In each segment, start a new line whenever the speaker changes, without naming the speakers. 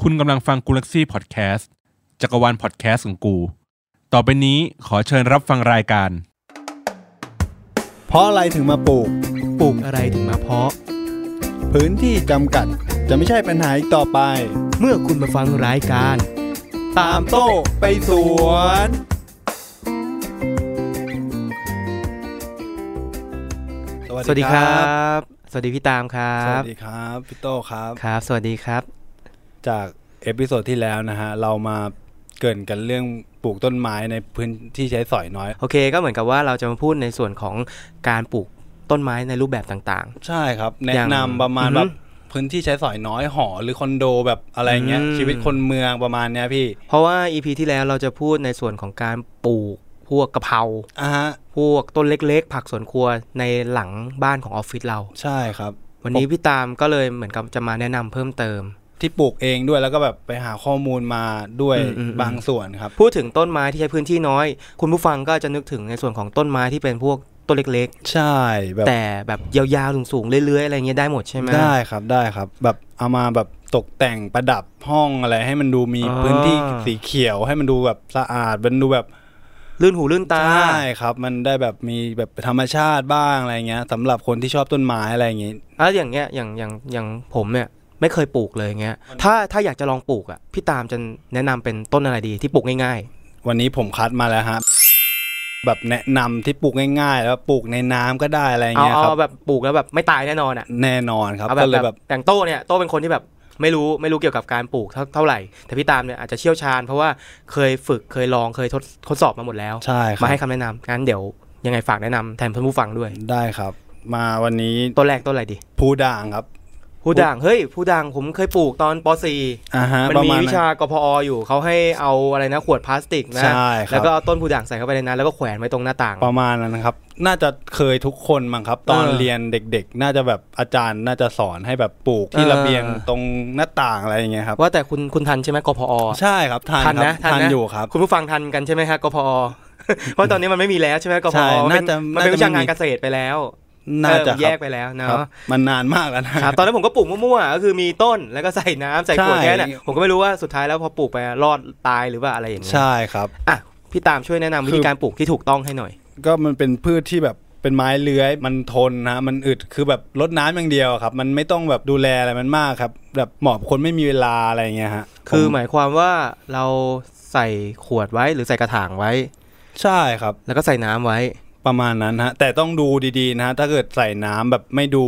คุณกำลังฟังกูลักซี่พอดแคสต์จักรวาลพอดแคสต์ของกู ต่อไปนี้ขอเชิญรับฟังรายการ
เพราะอะไรถึงมาปลูก
ปลูกอะไรถึงมาเพาะ
พื้นที่จำกัด จะไม่ใช่ปัญหาอีกต่อไป
เมื่อคุณมาฟังรายการ
ตามโต้ไปสวน
สวัสดีครับ สวัสดีพี่ตามครั
สวั
บ
สดีครับพี่โต้ครับ
ครับ สวัสดีครับ
จากเอพิโซดที่แล้วนะฮะ เรามาเกรินกันเรื่องปลูกต้นไม้ในพื้นที่ใช้สอยน้อย
โอเค ก็เหมือนกับว่าเราจะมาพูดในส่วนของการปลูกต้นไม้ในรูปแบบต่าง
ใช่ครับ แนะ
อย่าง
นำประมาณ
อือหือ
แบบพื้นที่ใช้สอยน้อยหอ หรือคอนโดแบบอะไรเงี้ย
อืม
ชีวิตคนเมืองประมาณเนี้ยพี่
ๆ เพราะว่า EP ที่แล้วเราจะพูดในส่วนของการปลูกพวกกะเพรา
อ่ะฮะ
พวกต้นเล็ก ๆ ผักสวนครัวในหลังบ้านของออฟฟิศเรา
ใช่ครับ
วันนี้พี่ตามก็เลยเหมือนกับจะมาแนะนำเพิ่มเติม
ที่ปลูกเองด้วยแล้วก็แบบไปหาข้อมูลมาด้วย
อืมอืมอืม
บางส่วนครับ
พูดถึงต้นไม้ที่ใช้พื้นที่น้อย คุณผู้ฟังก็จะนึกถึงในส่วนของต้นไม้ที่เป็นพวกต้นเล็ก ๆ
ใช่แบบ
แต่แบบยาวๆสูงๆเรื่อยๆอะไรเงี้ยได้หมดใช่ไหม
ได้ครับได้ครับ แบบเอามาแบบตกแต่งประดับห้องอะไร ให้มันดูมี
อ่า
พื้นที่สีเขียว ให้มันดูแบบสะอาดมันดูแบบ
ลื่นหูลื่นตา
ใช่ครับ มันได้แบบมีแบบธรรมชาติบ้างอะไรเงี้ยสำหรับคนที่ชอบต้นไม้อะไรอย่างงี้
แล้วอย่างเงี้ยอย่างอย่างอย่างผมเนี่ยไม่เคยปลูกเลยเงี้ย ถ้าถ้าอยากจะลองปลูกอ่ะพี่ตามจะแนะนำเป็นต้นอะไรดีที่ปลูกง่าย
วันนี้ผมคัดมาแล้วฮะแบบแนะนำที่ปลูกง่ายๆ แล้วปลูกในน้ำก็ได้อะไร
ๆ เอา
เงี้ยค
เอา
รับ
แบบปลูกแล้วแบบไม่ตายแน่นอนอ่ะ
แน่นอนครับ
เอาแบ
ก็
บ
เลย
แบ
แบบ บ
อย่างโต้เนี่ยโต้เป็นคนที่แบบไม่รู้ไม่รู้เกี่ยวกับการปลูกเท่าเท่าไหร่ แต่พี่ตามเนี่ยอาจจะเชี่ยวชาญ เพราะว่าเคยฝึกเคยลองเคยทดทดสอบมาหมดแล้ว
ใช่ครั
มา
บ
ให้คำแนะนำงั้นเดี๋ยวยังไงฝากแนะนำแทนท่านผู้ฟังด้วย
ได้ครับ มาวันนี้
ต้นแรกต้นอะไรดี
พูด่างครับ
ผู้ด่างเฮ้ยผู้ด่างผมเคยปลูกตอนป .4
อ่าฮะ
มัน
ประ
มี
มาณ
วิชากพออยู่เขาให้เอาอะไรนะขวดพลาสติกนะ
ใช่ครั
แล้ว
บ
ก็เอาต้นผูด่างใส่เข้าไปในนั้นแล้วก็แขวนไว้ตรงหน้าต่าง
ประมาณนั้นครับ น่าจะเคยทุกคนมั้งครับ ตอน
เออ
เรียนเด็ก ๆ น่าจะแบบอาจารย์น่าจะสอนให้แบบปลูกที่
เออ
ระเบียงตรงหน้าต่างอะไรอย่างเงี้ยครับ
ว่าแต่คุณคุณทันใช่ไหมกพอ
ใช่ครับทาน
ทัน
ครั
นะ
บทานอยู่ครับ
คุณผู้ฟังทันกันใช่ไหมฮะกพอ เพราะตอนนี้มันไม่มีแล้วใช่ไหมกพ
ใช่
อ
น่าจะ
มันเป็น
น่าจะ
วิชางา
ไม่
น
มี
เกษตรไปแล้ว
น่าจะ
เออแย
ค
ก
รับ
ไปแล้วเน
ครับ
อะ
มันนานมากแล้วนะ
ครับตอนนั้นผมก็ปลูกมั่วๆก็คือมีต้นแล้วก็ใส่น้ำใส่ขวด
ใช่
แค่นั้นนะผมก็ไม่รู้ว่าสุดท้ายแล้วพอปลูกไปรอดตายหรือว่าอะไรอย่างเงี้ย
ใช่ครับ
อ่ะพี่ตามช่วยแนะนำวิธีการปลูกที่ถูกต้องให้หน่อย
ก็มันเป็นพืชที่แบบเป็นไม้เลื้อย มันทนนะมันอึดคือแบบรดน้ำอย่างเดียวครับ มันไม่ต้องแบบดูแลอะไรมันมากครับ แบบเหมาะกับคนไม่มีเวลาอะไรอย่างเงี้ยฮะ
คือ
ผม
หมายความว่าเราใส่ขวดไว้หรือใส่กระถางไว้
ใช่ครับ
แล้วก็ใส่น้ำไว้
ประมาณนั้นฮะ แต่ต้องดูดีๆนะฮะ ถ้าเกิดใส่น้ำแบบไม่ดู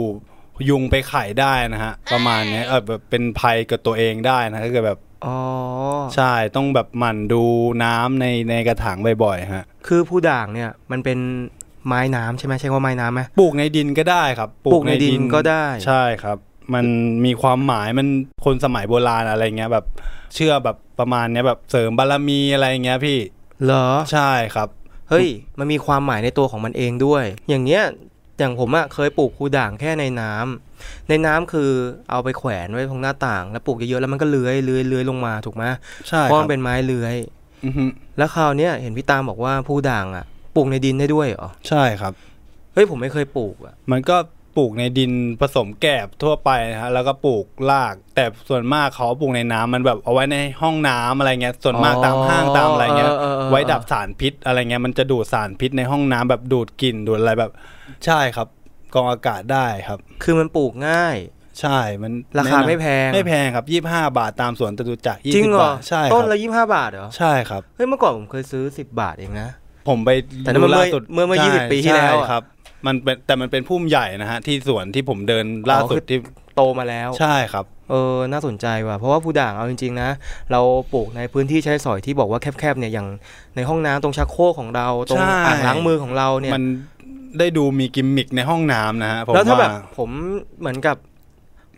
ยุงไปไข่ได้นะฮะ ประมาณเนี้ยเออแบบเป็นภัยกับตัวเองได้นะถ้าเกิดแบบ
อ๋อ
ใช่ต้องแบบหมั่นดูน้ำในในกระถางบ่อยๆฮะ
คือผู้ด่างเนี่ยมันเป็นไม้น้ำใช่ไหมใช่ว่าไม้น้ำไหม
ปลูกในดินก็ได้ครับ
ปลูกในดินก็ได้
ใช่ครับ มันมีความหมายมันคนสมัยโบราณอะไรเงี้ยแบบเชื่อแบบประมาณเนี้ยแบบเสริมบารมีอะไรเงี้ยพี่
เหรอ
ใช่ครับ
เฮ้ย มันมีความหมายในตัวของมันเองด้วย อย่างเงี้ย อย่างผมอะเคยปลูกผู้ด่างแค่ในน้ำ ในน้ำคือเอาไปแขวนไว้ตรงหน้าต่าง แล้วปลูกเยอะๆแล้วมันก็เลื้อยเลื้อยเลื้อยลงมาถูกไหม
ใช่ค
เพราะ
รั
มันเป็นไม้เลื้อย
อือฮึ
แล้วคราวเนี้ยเห็นพี่ตามบอกว่าผู้ด่างอะปลูกในดินได้ด้วยเหรอ
ใช่ครับ
เฮ้ยผมไม่เคยปลูกอะ
มันก็ปลูกในดินผสมแกบทั่วไปนะฮะแล้วก็ปลูกราก แต่ส่วนมากเขาปลูกในน้ำมันแบบเอาไว้ในห้องน้ำอะไรเงี้ยส่วนมาก
อ๋อ
ตามห้างตามอะไรเงี้ย
เออเออเออ
ไว้ดับสารพิษอะไรเงี้ยมันจะดูดสารพิษในห้องน้ำแบบดูดกลิ่นดูดอะไรแบบ ใช่ครับกรองอากาศได้ครับ
คือมันปลูกง่าย
ใช่มัน
ราคาไม่
แนะน
แพง
ำไม่แพงครับยี่ห้าบาทตามสวนจตุจักรยี่
จริง
สิ
เหรอบ
บาทใช่ค
ต้
รั
น
บ
ละยี่ห้าบาทเหรอ
ใช่ครับ
เฮ้ยเมื่อก่อนผมเคยซื้อ 10 บาทเองนะ
ผมไป
แต่นั่นมัน
ดู
เมื่อ
ล่าสุด
เมื่อเมื่อ
ใช่
20ปีที่แล้วอะ
ใช่ครับ มันเป็นแต่มันเป็นพุ่มใหญ่นะฮะที่สวนที่ผมเดินล่า
อ๋อ
สุ
คื
ด
อ
ที่
โตมาแล้ว
ใช่ครับ
เออ น่าสนใจว่ะ เพราะว่าผู้ด่างเอาจริงๆนะ เราปลูกในพื้นที่ใช้สอยที่บอกว่าแคบๆเนี่ย อย่างในห้องน้ำตรงชักโครกของเรา ตรง
ใช่
อ่างล้างมือของเราเนี่ย
มันได้ดูมีกิมมิกในห้องน้ำนะฮะผม
แล้วถ้า
ว่า
แบบผมเหมือนกับ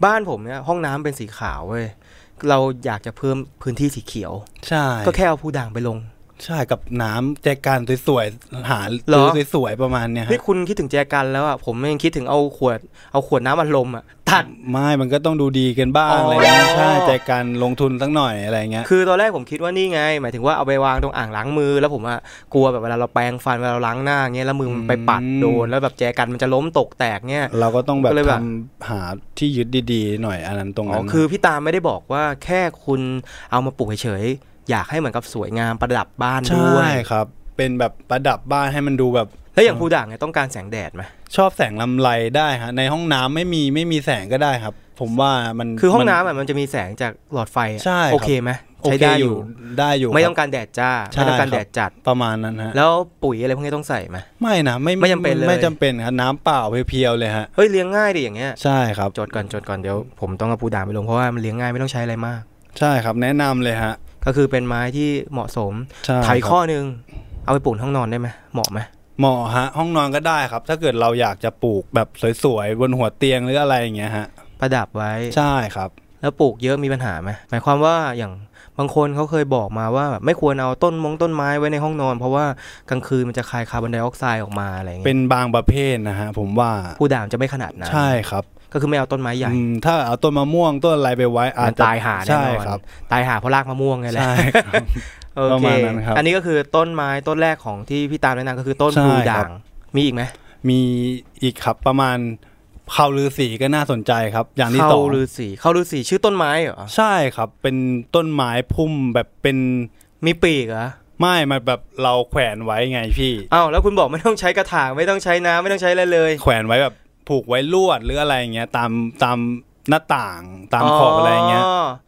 บ้านผมเนี่ยห้องน้ำเป็นสีขาวเว้ย เราอยากจะเพิ่มพื้นที่สีเขียว
ใช่
ก็แค่เอาผู้ด่างไปลง
ใช่กับน้ำแจกันสวยๆหา
เหรอ
ซื้อสวยๆประมาณเนี้ยฮะ
นี่คุณคิดถึงแจกันแล้วอ่ะผมยังคิดถึงเอาขวดเอาขวดน้ำอัดลมอ่ะตัด
ไม่มันก็ต้องดูดีกันบ้าง
อ๋ออ
อะไรเงี้ยใช่แจกันลงทุนสักหน่อยอะไรเงี้ย
คือตอนแรกผมคิดว่านี่ไง หมายถึงว่าเอาไปวางตรงอ่างล้างมือ แล้วผมอะกลัวแบบเวลาเราแปรงฟันเวลาเราล้างหน้าเงี้ยแล้วมือมันไปปัดโดนแล้วแบบแจกันมันจะล้มตกแตกเงี้ย
เราก็ต้องแบบ
ก็เลย
ท
แบบ
ำหาที่ยึดดีๆ หน่อยอันนั้นตรง
อ๋อ
นั้น
คือพี่ตามไม่ได้บอกว่าแค่คุณเอามาปลูกเฉยๆอยากให้เหมือนกับสวยงามประดับบ้าน
ใช่
ด้วย
ครับ เป็นแบบประดับบ้านให้มันดูแบบ
แล้วอย่างผู้ด่างเนี่ยต้องการแสงแดดไหม
ชอบแสงลำไรได้ฮะในห้องน้ำไม่มีไม่มีแสงก็ได้ครับ ผมว่ามัน
คือห้อง
มั
น้ำอะมันจะมีแสงจากหลอดไฟอะ
ใช่ครับ
โอเคไหม
โอ
ใช้
เค
ได้
อ
อยู่ ยู่
ได้อยู่
ไม่
ค
ต้
รั
อบ งการแดดจ้า
ใช่
ไม่ต้องการ
ครับ
แดดจัด
ประมาณนั้นฮะ
แล้วปุ๋ยอะไรพวกนี้ต้องใส่ไหม
ไม่นะไม่
ไม่จำเป็นเลย
ไม่จำเป็นครับน้ำเปล่าเพียวๆเลยฮะ
เฮ้ยเลี้ยงง่ายดิอย่างเงี้ย
ใช่ครับ
จดก่อนจดก่อนเดี๋ยวผมต้องเอาผู้ด่างไปลงเพราะว่ามันเลี้ยงง่ายไม่ต้องใช้อะไรมาก
ใช่ครับ แนะนำเลยฮะ
ก็คือเป็นไม้ที่เหมาะสม
ใช่
ถ่าย
ครับ
ข้อหนึ่งเอาไปปลูกในห้องนอนได้ไหมเหมาะไหม
เหมาะฮะห้องนอนก็ได้ครับ ถ้าเกิดเราอยากจะปลูกแบบสวยๆบนหัวเตียงหรืออะไรอย่างเงี้ยฮะ
ประดับไว้
ใช่ครับ
แล้วปลูกเยอะมีปัญหาไหมหมายความว่าอย่างบางคนเขาเคยบอกมาว่าแบบไม่ควรเอาต้นมงต้นไม้ไว้ในห้องนอน เพราะว่ากลางคืนมันจะคายคาร์บอนไดออกไซด์ออกมาอะไรอย่าง
เป็
เงี้ย
นบางประเภทนะฮะผมว่า
ผู้ด่างจะไม่ขนาดนั้น
ใช่ครับ
ก็คือไม่เอาต้นไม้ใหญ่
อืมถ้าเอาต้นมะม่วงต้นอะไรไปไว้อา
มั
จ
น
จะ
ตายหาแน่
ใช่
นอน
ครับ
ตายหาเพราะรากมะม่วงไงแหละ
ใช่ครับ
โอ
ประ
เค
มาณนั้นครับ
อันนี้ก็คือต้นไม้ต้นแรกของที่พี่ตามแนะนำก็คือต้น
ใช่
ผู้
ค
ด่า
รับ
งมีอีกไหม
มีอีกครับประมาณเขาลือสีก็น่าสนใจครับ อย่างที่
เข้า
สอง
ฤาษีเข้าฤาษีชื่อต้นไม้เหรอ
ใช่ครับ เป็นต้นไม้พุ่มแบบเป็น
มีปีกเหรอ
ไม้มาแบบเราแขวนไว้ไงพี่
อ้าวแล้วคุณบอกไม่ต้องใช้กระถางไม่ต้องใช้น้ำไม่ต้องใช้อะไรเลย
แขวนไว้แบบผูกไว้ลวดหรืออะไรอย่างเงี้ย ตามตามหน้าต่างตาม
อ๋
ขอบอะไรอย่างเงี้ย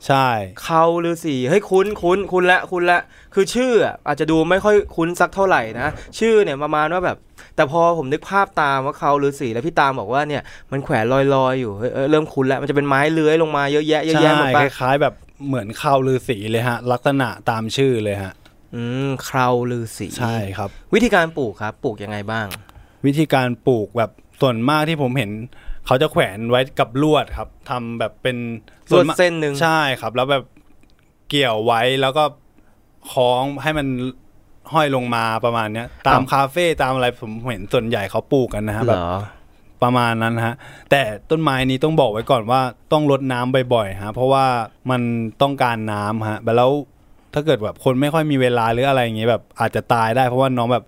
ใช่
เขาหรือสีเฮ้ยคุ้นคุ้นคุ้นละคุ้นละคือชื่ออะอาจจะดูไม่ค่อยคุ้นสักเท่าไหร่นะ ชื่อเนี่ยประมาณว่าแบบ แต่พอผมนึกภาพตามว่าเขาหรือสีแล้วพี่ตามบอกว่าเนี่ยมันแขวนลอยๆอยู่เฮ้ยเออเริ่มคุ้นแล้วมันจะเป็นไม้เลื้อยลงมาเยอะแยะเยอะ
ใช่
แยะหมด
ค
ไป
ล้ายๆแบบเหมือนข้าวลือสีเลยฮะ ลักษณะตามชื่อเลยฮะ
อืมเขาหรือสี
ใช่ครับ
วิธีการปลูกครับ ปลูกยังไงบ้าง
วิธีการปลูกแบบส่วนมากที่ผมเห็น เขาจะแขวนไว้กับลวดครับทำแบบเป็น
ลวด
ส่มา
เส้นหนึ่ง
ใช่ครับ แล้วแบบเกี่ยวไว้แล้วก็คล้องให้มันห้อยลงมาประมาณเนี้ย ตาม
อ้าว
คาเฟ่ตามอะไรผมเห็นส่วนใหญ่เขาปลูกกันนะฮะ
เห
แบ
ร
บ
อ
ประมาณนั้นฮะ แต่ต้นไม้นี้ต้องบอกไว้ก่อนว่าต้องรดน้ำบ่อยๆฮะเพราะว่ามันต้องการน้ำฮะแล้วถ้าเกิดแบบคนไม่ค่อยมีเวลาหรืออะไรอย่างเงี้ยแบบอาจจะตายได้ เพราะว่าน้องแบบ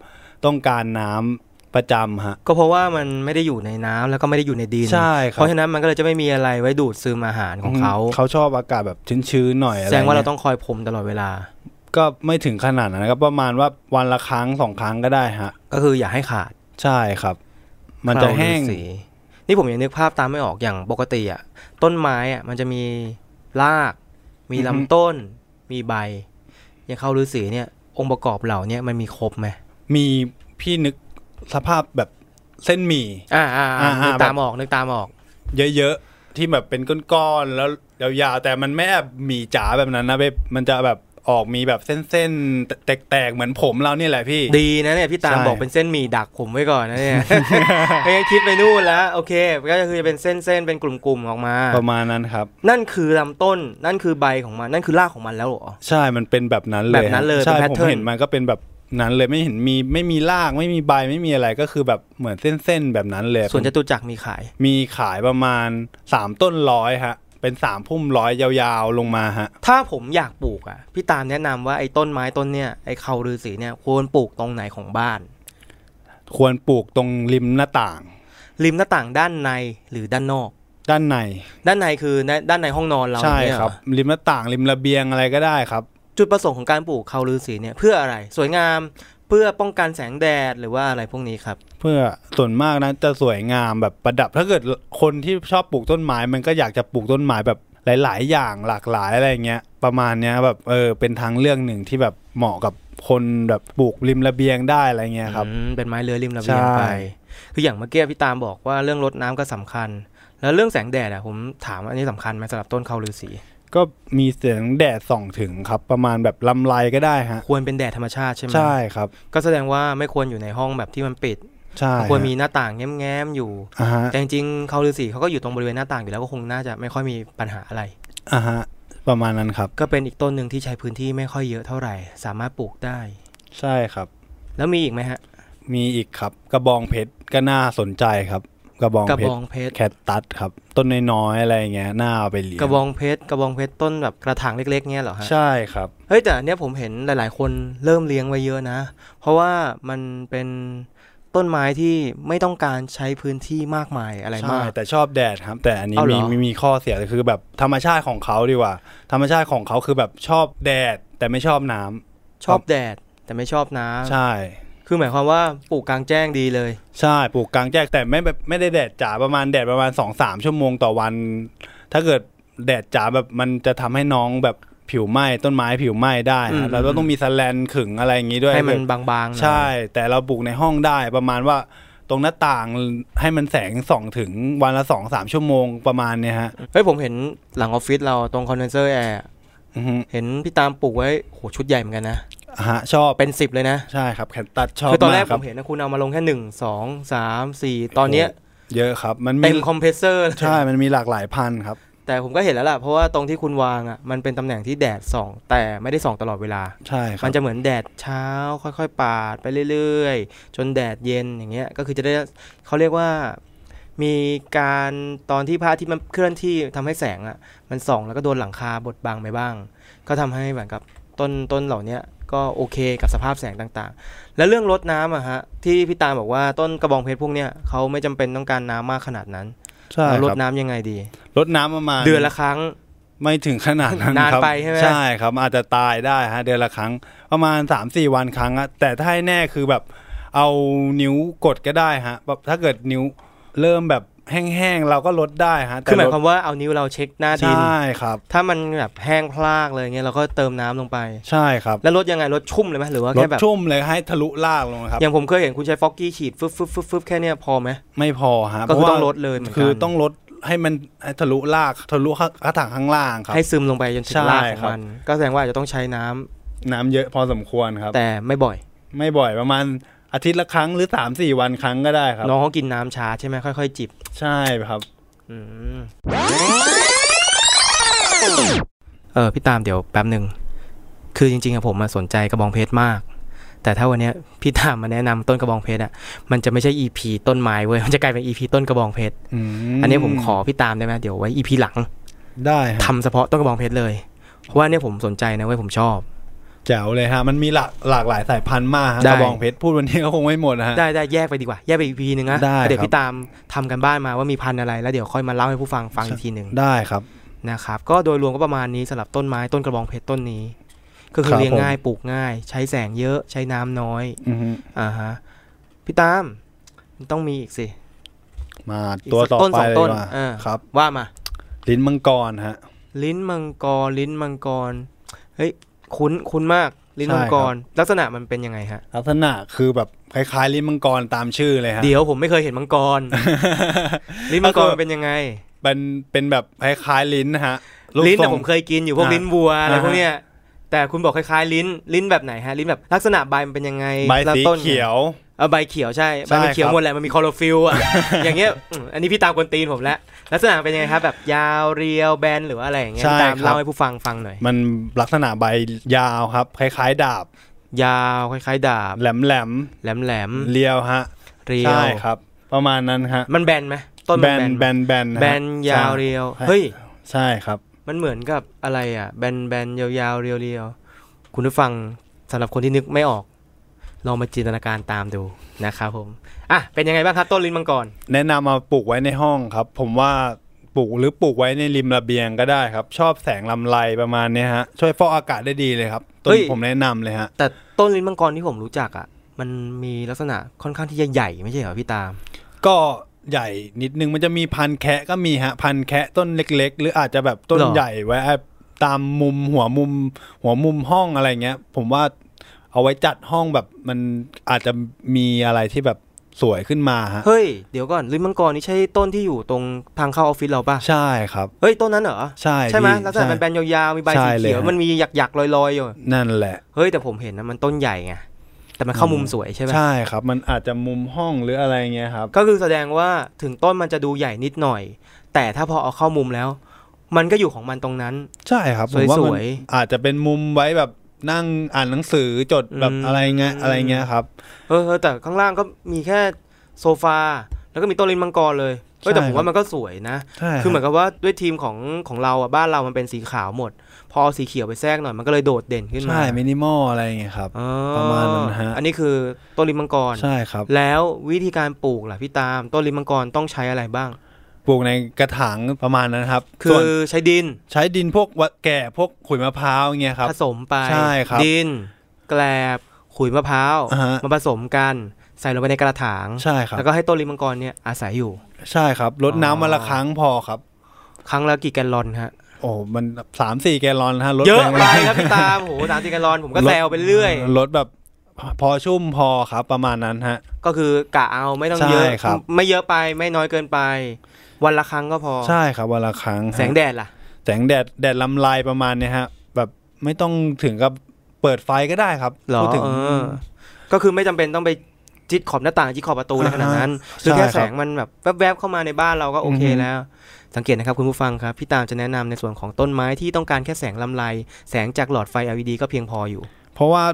ต้องการน้ำประจำฮะ
ก็เพราะว่ามันไม่ได้อยู่ในน้ำแล้วก็ไม่ได้อยู่ในดิน
ใช่ครั
เพราะฉะนั้นมันก็เลยจะไม่มีอะไรไว้ดูดซึมอาหารของเขา
อืมเขาชอบอากาศแบบชื้นๆหน่อยอะไร
แสดงว่าเรา
ย
ต้องคอยพรมตลอดเวลา
ก็ไม่ถึงขนาดนั้นครับประมาณว่าวันละครั้งสองครั้งก็ได้ฮะ
ก็คืออย่าให้ขาด
ใช่ครับ มันจะแห้ง
คราวฤๅษีนี่ผมยังนึกภาพตามไม่ออกอย่างปกติอ่ะต้นไม้อ่ะมันจะมีราก มีลำต้น มีใบ อย่างเข้าวฤาษีเนี่ย องค์ประกอบเหล่าเนี้มันมีครบไหม
มีพี่นึกสภาพแบบเส้นหมี่
อ่าอ่าอ่า
อ่าอ่า
นึกตามออกนึกตามออก
เยอะๆ ที่แบบเป็นก้อนๆ แล้วยาวๆ แต่มันไม่แบบหมี่จ๋าแบบนั้นนะเบบมันจะแบบออกมีแบบเส้นๆ แตกๆ เหมือนผมเรานี่แหละพี่
ดีนะเนี่ยพี่ตาม
ใช่
บอกเป็นเส้นหมี่ดักผมไว้ก่อนนะเนี่ย ไม่งั้นคิดไปนู่นแล้วโอเคก็คือจะเป็นเส้นเส้นๆเป็นกลุ่มๆออกมา
ประมาณนั้นครับ
นั่นคือลำต้นนั่นคือใบของมันนั่นคือรากของมันแล้วเหรอ
ใช่ มันเป็นแบบนั้นเลย
แบบนั้นเลย
ใช่
เป็น
ผม
pattern
เห็นมันก็เป็นแบบนั้นเลยไม่เห็นมีไม่มีรากไม่มีใบไม่มีอะไรก็คือแบบเหมือนเส้นๆแบบนั้นเลย
ส่วนจตุจักรมีขาย
มีขายประมาณสามต้นร้อยฮะ เป็นสามพุ่มร้อยยาวๆลงมาฮะ
ถ้าผมอยากปลูกอ่ะพี่ตามแนะนำว่าไอ้ต้นไม้ต้นเนี้ยไอ้เขาฤาษีเนี่ยควรปลูกตรงไหนของบ้าน
ควรปลูกตรงริมหน้าต่าง
ริมหน้าต่างด้านในหรือด้านนอก
ด้านใน
ด้านในคือในด้านในห้องนอนเรา
ใช่
เนี่ย
ครับ
เหอ
ริมหน้าต่างริมระเบียงอะไรก็ได้ครับ
จุดประสงค์ของการปลูกเขาฤาษีเนี่ยเพื่ออะไรสวยงามเพื่อป้องกันแสงแดดหรือว่าอะไรพวกนี้ครับ
เพื่อส่วนมากนะจะสวยงามแบบประดับ ถ้าเกิดคนที่ชอบปลูกต้นไม้ มันก็อยากจะปลูกต้นไม้แบบหลาย ๆ อย่างหลากหลายอะไรอย่างเงี้ย ประมาณเนี้ยแบบเออเป็นทางเรื่องหนึ่งที่แบบเหมาะกับคนแบบปลูกริมระเบียงได้อะไรเงี้ยครับ
อืมเป็นไม้เลื้อยริมระเบียง
ใช่
ไป คืออย่างเมื่อกี้พี่ตามบอกว่าเรื่องรดน้ำก็สำคัญ แล้วเรื่องแสงแดดอ่ะผมถามว่าอันนี้สำคัญไหมสำหรับต้นเขาฤาษี
ก็มีเสียงแดดส่องถึงครับ ประมาณแบบลำไรก็ได้ฮะ
ควรเป็นแดดธรรมชาติใช่ไหม
ใช่ครับ
ก็แสดงว่าไม่ควรอยู่ในห้องแบบที่มันปิด
ใช่ฮะ
ควรมีหน้าต่างแง้มๆอยู่
อ่าฮะ
แต่จริงๆเขาฤาษีเขาก็อยู่ตรงบริเวณหน้าต่างอยู่แล้วก็คงน่าจะไม่ค่อยมีปัญหาอะไร
อ่าฮะประมาณนั้นครับ
ก็เป็นอีกต้นหนึ่งที่ใช้พื้นที่ไม่ค่อยเยอะเท่าไหร่ สามารถปลูกได้
ใช่ครับ
แล้วมีอีกไหมฮะ
มีอีกครับกระบองเพชรก็น่าสนใจครับกระบอง
กระ
เพ
บ
ช
อ
รง
เพชร
แคตตัสครับ ต้นน้อยๆอะไรอย่างเงี้ยน่าเอาไปเลี้ยง
กระบองเพชรกระบองเพชรต้นแบบกระถางเล็ก ๆเงี้ยเหรอฮะ
ใช่ครับ
เฮ้ยแต่อันเนี้ยผมเห็นหลาย ๆ คนเริ่มเลี้ยงไว้เยอะนะ เพราะว่ามันเป็นต้นไม้ที่ไม่ต้องการใช้พื้นที่มากมายอะไร
ใช่
มาก
แต่ชอบแดดครับ แต่อันนี้
เอาเหร
มี
อ
มีมีข้อเสียคือแบบธรรมชาติของเขาดีกว่า ธรรมชาติของเขาคือแบบชอบแดดแต่ไม่ชอบน้ำ
ชอบแดดแต่ไม่ชอบน้
ใช่
ำคือหมายความว่าปลูกกลางแจ้งดีเลย
ใช่ปลูกกลางแจ้งแต่ไม่แบบไม่ได้แดดจ๋าประมาณแดดประมาณสองสามชั่วโมงต่อวัน ถ้าเกิดแดดจ๋าแบบมันจะทำให้น้องแบบผิวไหม้ต้นไม้ผิวไหม้ได้
อืม
ฮะแล้วก็ต้องมีสแลนขึงอะไรอย่างงี้ด้วย
ให้มัน
แบบ
บางๆหน่อย
ใช่ แต่เราปลูกในห้องได้ประมาณว่าตรงหน้าต่างให้มันแสงส่องถึงวันละสองสามชั่วโมงประมาณเนี่ยฮะ
เฮ้ยผมเห็นหลังออฟฟิศเราตรงคอนเดนเซอร์แอร์
อือฮึ
เห็นพี่ตามปลูกไว้โหชุดใหญ่เหมือนกันนะ
อ่าฮะชอบ
เป็นสิบเลยนะ
ใช่ครับแคนตัสชอบ
คือตอนแรก
มาค
ผ
รับ
มเห็นนะคุณเอามาลงแค่หนึ่งสองสามสี่ตอนเนี้ย
เยอะครับ มันมี
เต็มคอมเพรสเซอร์
ใช่ มันมีหลากหลายพันธุ์ครับ
แต่ผมก็เห็นแล้วล่ะ เพราะว่าตรงที่คุณวางอ่ะมันเป็นตำแหน่งที่แดดส่อง แต่ไม่ได้ส่องตลอดเวลา
ใช่ครั
มั
บ
นจะเหมือนแดดเช้าค่อยๆ ปาดไปเรื่อยๆ จนแดดเย็นอย่างเงี้ยก็คือจะได้เขาเรียกว่ามีการตอนที่พระอาทิตย์มันเคลื่อนที่ทำให้แสงอ่ะมันส่องแล้วก็โดนหลังคาบดบังไปบ้าง ก็ทำให้เหมือนกับต้นต้นเหล่าเนี้ยก็โอเคกับสภาพแสงต่างๆ แล้วเรื่องรดน้ำอะฮะที่พี่ตามบอกว่าต้นกระบองเพชรพวกเนี้ยเขาไม่จำเป็นต้องการน้ำมากขนาดนั้น
ใช่
เรา
ค
ร
ร
ดน้ำยังไงดี
รดน้ำประมาณ
เดือนละครั้ง
ไม่ถึงขนาดนั้น
นาน
ครับ
ไปใช่ไหม
ใช่ครับ อาจจะตายได้ฮะเดือนละครั้งประมาณ 3 4 วันครั้งอะแต่ถ้าให้แน่คือแบบเอานิ้วกดก็ได้ฮะแบบถ้าเกิดนิ้วเริ่มแบบแห้งๆเราก็ลดได้ฮะแต่
คือหมายความว่าเอานิ้วเราเช็คหน้าดิน
ใช่ครับ
ถ้ามันแบบแห้งพลากเลยเงี้ยเราก็เติมน้ำลงไป
ใช่ครับ
แล้วลดยังไงลดชุ่มเลยไหมหรือว่า
ลด
แค่แบบ
ชุ่มเลยให้ทะลุลากลงครับ
อย่างผมเคยเห็นคุณใช้ฟอกกี้ฉีดฟึบฟึบฟึบฟึบแค่เนี้ยพอไหม
ไม่พอฮะ
ก็
เพ
คือ
ราะ
ต้องล
ว่า
ดเลยเหมือนกัน
คือต้องลดให้มันให้ทะลุลากทะลุกระถางข้างล่างครับ
ให้ซึมลงไปจนถึง
ใช่
รากของ
ครับ
มัน ก็แสดงว่าอาจจะต้องใช้น้ำ
น้ำเยอะพอสมควรครับ
แต่ไม่บ่อย
ไม่บ่อยประมาณอาทิตย์ละครั้งหรือสามสี่วันครั้งก็ได้ครับ
น้องเขากินน้ำช้าใช่ไหมค่อยๆ จิบ
ใช่ครับ
อืมเออพี่ตามเดี๋ยวแป๊บหนึ่งคือจริงๆอะผมอะสนใจกระบองเพชรมาก แต่ถ้าวันเนี้ยพี่ตามมาแนะนำต้นกระบองเพชรอะมันจะไม่ใช่ EP ต้นไม้เว้ยมันจะกลายเป็น EP ต้นกระบองเพชร อันนี้ผมขอพี่ตามได้ไหมเดี๋ยวไว้อีพีหลัง
ได้ฮะ
ทำเฉพาะต้นกระบองเพชรเลย เพราะว่าเนี่ยผมสนใจนะเว้ยผมชอบ
แจ๋วเลยฮะ มันมีหลากหลากหลายสายพันธุ์มากฮะ
ได้
กระบองเพชรพูดวันนี้ก็ คงไม่หมดนะฮะ
ได้ได้แยกไปดีกว่า แยกไปอีพีนึงนะ
ได้ครับ
เดี๋ยวพี่ตามทำกันบ้านมาว่ามีพันธุ์อะไร แล้วเดี๋ยวค่อยมาเล่าให้ผู้ฟังฟังอีกทีหนึ่ง
ได้ครับ
นะครับก็โดยรวมก็ประมาณนี้สำหรับต้นไม้ต้นกระบองเพชรต้นนี้ ก็
ค
คือ
รับ
เลี้ยง
ผม
ง่ายปลูกง่าย ใช้แสงเยอะใช้น้ำน้อย
อือฮึ
อ่าฮะพี่ตามมันต้องมีอีกสิ
มา
อีก
ตัว
สัก
ต่อ
ต้น
ไป
สอง
เล
ต้
ย
น
ว่า
เออ
ครับ
ว่ามา
ลิ้นมังกรฮะ
ลิ้นมังกรลิ้นมังกรเฮ้ยคุ้นคุ้นมากลิ้นมังกร ลักษณะมันเป็นยังไงฮะ
ลักษณะคือแบบคล้ายๆ ลิ้นมังกรตามชื่อเลยฮะ
เดี๋ยวผมไม่เคยเห็นมังก ร ลิ้นมังก
ก็
ร
คือ
มันเป็นยังไง
เป็นเป็นแบบคล้ายๆลิ้นนะฮะรูป
ลิ้
ท
น
ร
แต่
ง
ผมเคยกินอยู่พวก
อ่า
ลิ้นวัวอะไร
อ่าฮะ
พวกเนี้ยแต่คุณบอกคล้ายๆลิ้น ลิ้นแบบไหนฮะ ลิ้นแบบลักษณะใบมันเป็นยังไง
ใบ
แล้ว
สี
ต้น
เขียว
เออใบเขียวใช่ใบมัน
ใช่
เขียว
ครับ
หมดแหละมันมีคลอโรฟิลล์อะ อย่างเงี้ยอืมอันนี้พี่ตามคนตีนผมแล้วลักษณะเป็นยังไงครับแบบยาวเรียวแบนหรือว่าอะไรอย่างเงี้ยพี่ตามเล่าให้ผู้ฟังฟังหน่อย
มันลักษณะใบยาวครับ คล้ายๆ ดาบ
ยาวคล้ายๆดาบ
แหลม
แหลม
ๆเรียวฮะ
ๆเรียว
ใช่ครับ ประมาณนั้นฮะ
มันแบนไหมต้น
แบ
มัน
น
แบน
แบนแบน
แบนยาว
ใช่
เรียว
ใช่
เฮ้ย
ใช่ครับ
มันเหมือนกับอะไรอ่ะ แบนแบนยาวๆ เรียวๆ คุณผู้ฟังสำหรับคนที่นึกไม่ออก ลองมาจินตนาการตามดูนะครับผม อ่ะ เป็นยังไงบ้างครับต้นลิ้นมังกร
แนะนำมาปลูกไว้ในห้องครับ ผมว่าปลูกหรือปลูกไว้ในริมระเบียงก็ได้ครับ ชอบแสงลำไรประมาณเนี้ยฮะ ช่วยฟอกอากาศได้ดีเลยครับต้
เฮ้
น
ย
ผมแนะนำเลยฮะ
แต่ต้นลิ้นมังกรที่ผมรู้จักอ่ะ มันมีลักษณะค่อนข้างที่จะใหญ่ไม่ใช่เหรอพี่ตาม
ก็ใหญ่นิดนึงมันจะมีพันธุ์แคะก็มีฮะ พันธุ์แคะต้นเล็ก ๆ หรืออาจจะแบบต้น
หรอ
ใหญ่ไว้ตามมุมหัวมุม หัวมุมห้องอะไรเงี้ย ผมว่าเอาไว้จัดห้องแบบมันอาจจะมีอะไรที่แบบสวยขึ้นมาฮะ
เฮ้ย เดี๋ยวก่อนลิ้นมังกรนี่ใช่ต้นที่อยู่ตรงทางเข้าออฟฟิศเราป่ะ
ใช่ครับ
เฮ้ย ต้นนั้นเหรอ
ใช่
ใช่ไหม
พี่
ลักษณะมั
ใช่
นแบนๆยาวๆ มีใบ
ใช่
สี
เลย
เขียว
ฮะ
มันมีหยักๆลอยๆอยู่
นั่นแหละ
เฮ้ย แต่ผมเห็นนะมันต้นใหญ่ไง แต่มันเข้ามุมสวยใช่ไหม
ใช่ครับ มันอาจจะมุมห้องหรืออะไรเงี้ยครับ
ก็คือแสดงว่าถึงต้นมันจะดูใหญ่นิดหน่อย แต่ถ้าพอเอาเข้ามุมแล้ว มันก็อยู่ของมันตรงนั้น
ใช่ครับผมว่า
ส
มัน
วย
อาจจะเป็นมุมไว้แบบ นั่งอ่านหนังสือจดแบบ
อืม
อะไรเงี้ยอะไรเงี้ยครับ
เออเออแต่ข้างล่างก็มีแค่โซฟา แล้วก็มีโต๊ะลิ้นมังกรเลยเฮ้ยแต่
ใช่
ผม
ครับ
ว่ามันก็สวยนะ
ใช่
คือเหมือน
รับ
กับว่าด้วยทีมของของเราอ่ะบ้านเรามันเป็นสีขาวหมด พอเอาสีเขียวไปแทรกหน่อยมันก็เลยโดดเด่นขึ้นมา
ใช่มินิมอลอะไรเงี้ยครับ
อ๋อ
ประมาณนั้นฮะ
อันนี้คือต้นลิ้นมังกร
ใช่ครับ
แล้ววิธีการปลูกล่ะพี่ตามต้นลิ้นมังกรต้องใช้อะไรบ้าง
ปลูกในกระถางประมาณนั้นครับ
คื
ส่วน
อใช้ดิน
ใช้ดินพวกวะแก่พวกขุยมะพร้าวเงี้ยครับ
ผสมไป
ใช่ครับ
ดิน แกลบขุยมะพร้าว
อ่าฮะ
มาผสมกัน ใส่ลงไปในกระถาง
ใช่ครับ
แล้วก็ให้ต้นลิ้นมังกรเนี่ยอาศัยอยู่
ใช่ครับรดน้ำวันละ
อ๋อ
ครั้งพอครับ
ครั้งละกี่แกลลอนฮะ
โอ้มันสามสี่แกลลอนนะฮะรถ
เยอะ
แรง
ไป
มาก
ครับพี่ตามโหสามสิบแกลลอนผมก็แซวไปเรื่อย
รถแบบพอชุ่มพอครับประมาณนั้นฮะ
ก็คือกะเอาไม่ต้องเยอะ
ใช่ครับ
ไม่เยอะไปไม่น้อยเกินไป วันละครั้งก็พอ
ใช่ครับวันละครั้งฮะ
แสงแดดล่ะ
แสงแดดแดดลำลายประมาณเนี้ยฮะ แบบไม่ต้องถึงกับเปิดไฟก็ได้ครับ
เหรอ
พูดถึง
เออ ก็คือไม่จำเป็นต้องไปจิตขอบหน้าต่างจิตขอบประตูอะไรขนาดนั้นคือแค่
ใช่ครับ
แสงมันแบบแวบๆเข้ามาในบ้านเราก็โอ
อือ
เค
ฮึ
แล้ว สังเกตนะครับคุณผู้ฟังครับ พี่ตามจะแนะนำในส่วนของต้นไม้ที่ต้องการแค่แสงลำไรแสงจากหลอดไฟ LED ก็เพียงพออยู่
เพราะว่า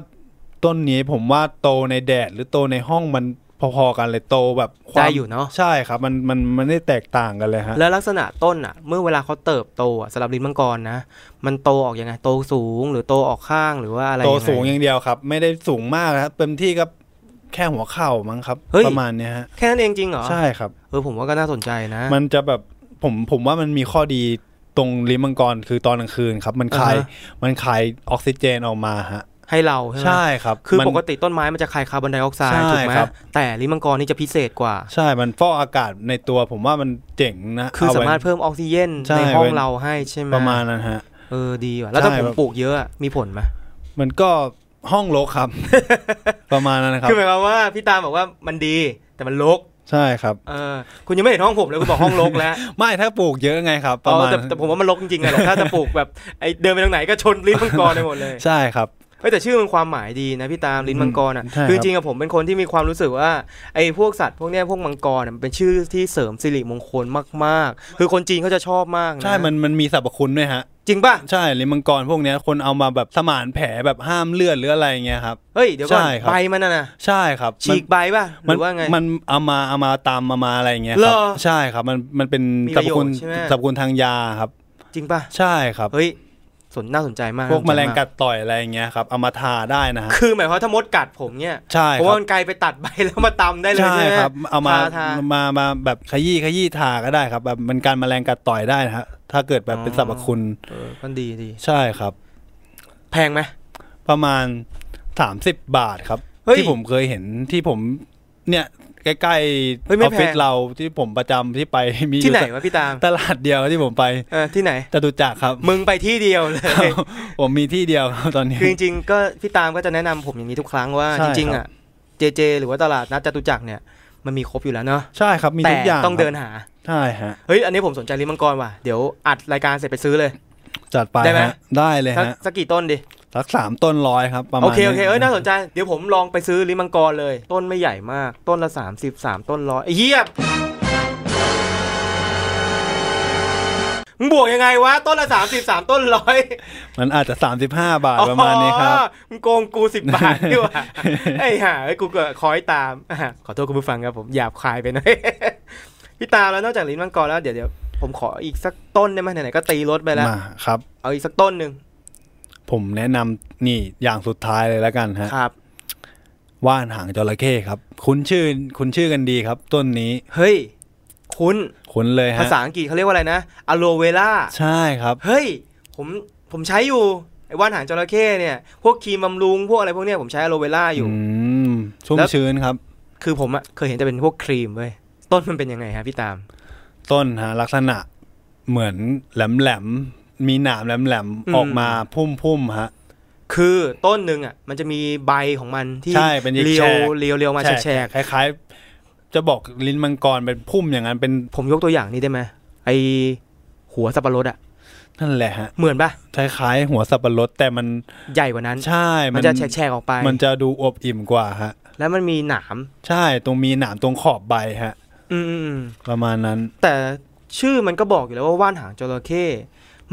ต้นนี้ผมว่าโตในแดดหรือโตในห้องมันพอๆกันเลยโตแบบควา
ได้
ม
อยู่เนาะ
ใช่ครับ มันมันมันไม่ได้แตกต่างกันเลยฮะ
แล้วลักษณะต้นอ่ะ เมื่อเวลาเขาเติบโตอ่ะสำหรับลิ้นมังกรนะ มันโตออกยังไง โตสูงหรือโตออกข้างหรือว่าอะไร
โต
ยัไ
สูงอย่างเดียวครับ ไม่ได้สูงมากนะครับเต็มที่ก็แค่หัวเข่ามั้งครับ
เฮ้ย
ประมาณเนี้ยฮะ
แค่นั้นเองจริงเหรอ
ใช่ครับ
เออผมว่าก็น่าสนใจนะ
มันจะแบบผมผมว่ามันมีข้อดีตรงลิ้นมังกรคือตอนกลางคืนครับ มันคาย
อ่าฮะ
มันคายออกซิเจนออกมาฮะ
ให้เราใช่ไหม
ใช่ครับ
คือ
มัน
ปกติต้นไม้มันจะคายคาร์บอนไดออกไซด์ถูกไหม
ใช่ครับ
แต่ลิ้นมังกรนี่จะพิเศษกว่า
ใช่มันฟอกอากาศในตัวผมว่ามันเจ๋งนะ
คือ
เไว้
สามารถเพิ่มออกซิเจน
ใช่
ในห้อง
เว้น
เราให้ใช่ไหม
ประมาณนั้นฮะ
เออดีว่ะแล้วถ้า
ใช่
ผม
ครับ
ปลูกเยอะอะมีผลไหม
มันก็ห้องรกครับ ประมาณนั้นนะครับ
คือหมายความว่าพี่ตามบอกว่ามันดีแต่มันรก
ใช่ครับ
เออคุณยังไม่เห็นห้องผมเลยคุณบอกห้องรกแล้ว
ไม่ถ้าปลูกเยอะไงครับ ประมาณ
เออแต่แต่ผมว่ามันรกจริงๆอะ แหละถ้าจะปลูกแบบไอเดินไปทางไหนก็ชนลิ้นมังกรไปหมดเลย
ใช่ครับ
เฮ้ยแต่ชื่อมันความหมายดีนะพี่ตามลิ้นมังกรอ่ะ
ใช่ครับ
คือจริงๆอะผมเป็นคนที่มีความรู้สึกว่าไอพวกสัตว์พวกเนี้ยพวกมังกรอะมันเป็นชื่อที่เสริมสิริมงคลมากๆ คือคนจีนเขาจะชอบมากนะ
ใช่มันมันมีสรรพคุณด้วยฮะ
จริงป่ะ
ใช่ลิ้นมังกรพวกเนี้ยคนเอามาแบบสมานแผลแบบห้ามเลือดหรืออะไรอย่างเงี้ยครับ
เฮ้ยเดี๋ยวก่อน
ใช่ครับ
ใบมันน่ะนะ
ใช่ครับ
ฉีกใบป่ะห
มั
รือว่าไง
มันเอามาเอามาตามมามาอะไรอย่างเงี้ยค
เหร
รั
อ
ใช่ครับมันมันเป็น
มี
ส
ป
ร
ระ
รพ
โยช
คุ
น์
ณ
ใช่ไหม
สรรพคุณทางยาครับ
จริงป่ะ
ใช่ครับ
เฮ้ยสนน่าสนใจมาก
พวก
น่าสน
แม
ใจา
ลงกัดต่อยอะไรอย่างเงี้ยครับเอามาทาได้นะฮะ
คือหมายความว่าถ้ามดกัดผมเนี่ย
ใช่
เพ
ค
ราะ
รั
ว่า
บ
มันไกลไปตัดใบแล้วมาตำได้เลย
ใช่
ใช่ไหม
ครับ เอามา
ทท
มามาแบบขยี้ขยี้ทาก็ได้ครับแบบมันการแมลงกัดต่อยได้นะฮะถ้าเกิดแบบเป็นสรรพคุณ
เออก็ดีดี
ใช่ครับ
แพงไหม
ประมาณ 30 บาทครับ
เฮ้ย
ที่ผมเคยเห็นที่ผมเนี่ยใกล้
เฮ้
ๆ
ย
อ
ไม่
อฟ
แพง
ฟิศเราที่ผมประจำที่ไป มี
ที่ไหน
อยู่
วะพี่ตาม
ตลาดเดียวที่ผมไป
เออที่ไหน
จตุจักรครับ
มึงไปที่เดียวเลย
ผมมีที่เดียวครับตอนนี้
คือจริงๆก็พี่ตามก็จะแนะนำผมอย่างนี้ทุกครั้งว่า
ใช่
จริง
ครั
ๆ
บ
อ่ะ เจเจ หรือว่าตลาดนัดจตุจักรเนี่ยมันมีครบอยู่แล้วเนาะ
ใช่ครับมี
แต่
ทุกอย่าง
ต้องเดินหา
ครับใช่ฮะ
เฮ้ยอันนี้ผมสนใจลิ้นมังกรว่ะเดี๋ยวอัดรายการเสร็จไปซื้อเลย
จัดไป
ได้ไหม
ฮะได้เลย
สัก
ฮะ
สักกี่ต้นดิ
สักสามต้นร้อยครับ ประมาณ
โอเคโอเค
นี้
เอ้ยน่าสนใจ เดี๋ยวผมลองไปซื้อลิ้นมังกรเลย ต้นไม่ใหญ่มาก ต้นละ 30 3 ต้นร้อยไอ้เหี้ยมึงบวกยังไงวะ ต้นละ 30 3 ต้นร้อย
มันอาจจะ 35 บาทประมาณนี้ครับ
อ๋อมึงโกงกู 10 บาทดี กว่าไอ้ห่าไอ้ยกูก็คอยตาม อ่ะขอโทษคุณผู้ฟังครับผมหยาบคายไปหน่อย พี่ตามแล้วนอกจากลิ้นมังกรแล้วเดี๋ยวเดี๋ยวผมขออีกสักต้นได้ไหมไหนๆก็ตีรถไปแล้ว
มาครับ
เอาอีกสักต้นหนึ่ง
ผมแนะนำนี่อย่างสุดท้ายเลยแล้วกันฮะ
ครับ
ว่านหางจระเข้ครับ คุ้นชื่อคุ้นชื่อกันดีครับ ต้นนี้
เฮ้ยคุณ
คุ้นเลยฮะ
ภาษาอังกฤษเขาเรียกว่าอะไรนะอโลเวล่า
ใช่ครับ
เฮ้ย ผม ผมใช้อยู่ ไอ้ว่านหางจระเข้เนี่ย พวกครีมบำรุง พวกอะไรพวกเนี้ยผมใช้อโลเวล่าอยู่
อืมชุ่ม
แล้ว
ชื้นครับ
คือผมอะเคยเห็นแต่เป็นพวกครีมเว้ย ต้นมันเป็นยังไงฮะพี่ตาม
ต้นฮะลักษณะเหมือนแหลมแหลมๆมีหนามแหลมแหลมๆ
อืม
ออกมาพุ่มพุ่มๆฮะ
คือต้นหนึ่งอะมันจะมีใบของมันที่
ใช่เป็นอีก
เรีย
แฉ
ว
ก
เรียวเรียวมาแฉก
คล้ายๆ จะบอกลิ้นมังกรเป็นพุ่มอย่างนั้นเป็น
ๆผมยกตัวอย่างนี้ได้ไหมไอหัวสับปะรดอะ
นั่นแหละฮะ
เหมือนปะ
คล้ายๆหัวสับปะรดแต่มัน
ใหญ่กว่านั้น
ใช่
มันจะแฉกๆออกไป
มันจะดูอวบอิ่มกว่าฮะ
แล้วมันมีหนาม
ใช่ตรงมีหนามตรงขอบใบฮะ
อืมๆๆ
ประมาณนั้น
แต่ชื่อมันก็บอกอยู่แล้วว่าว่านหางจระเข้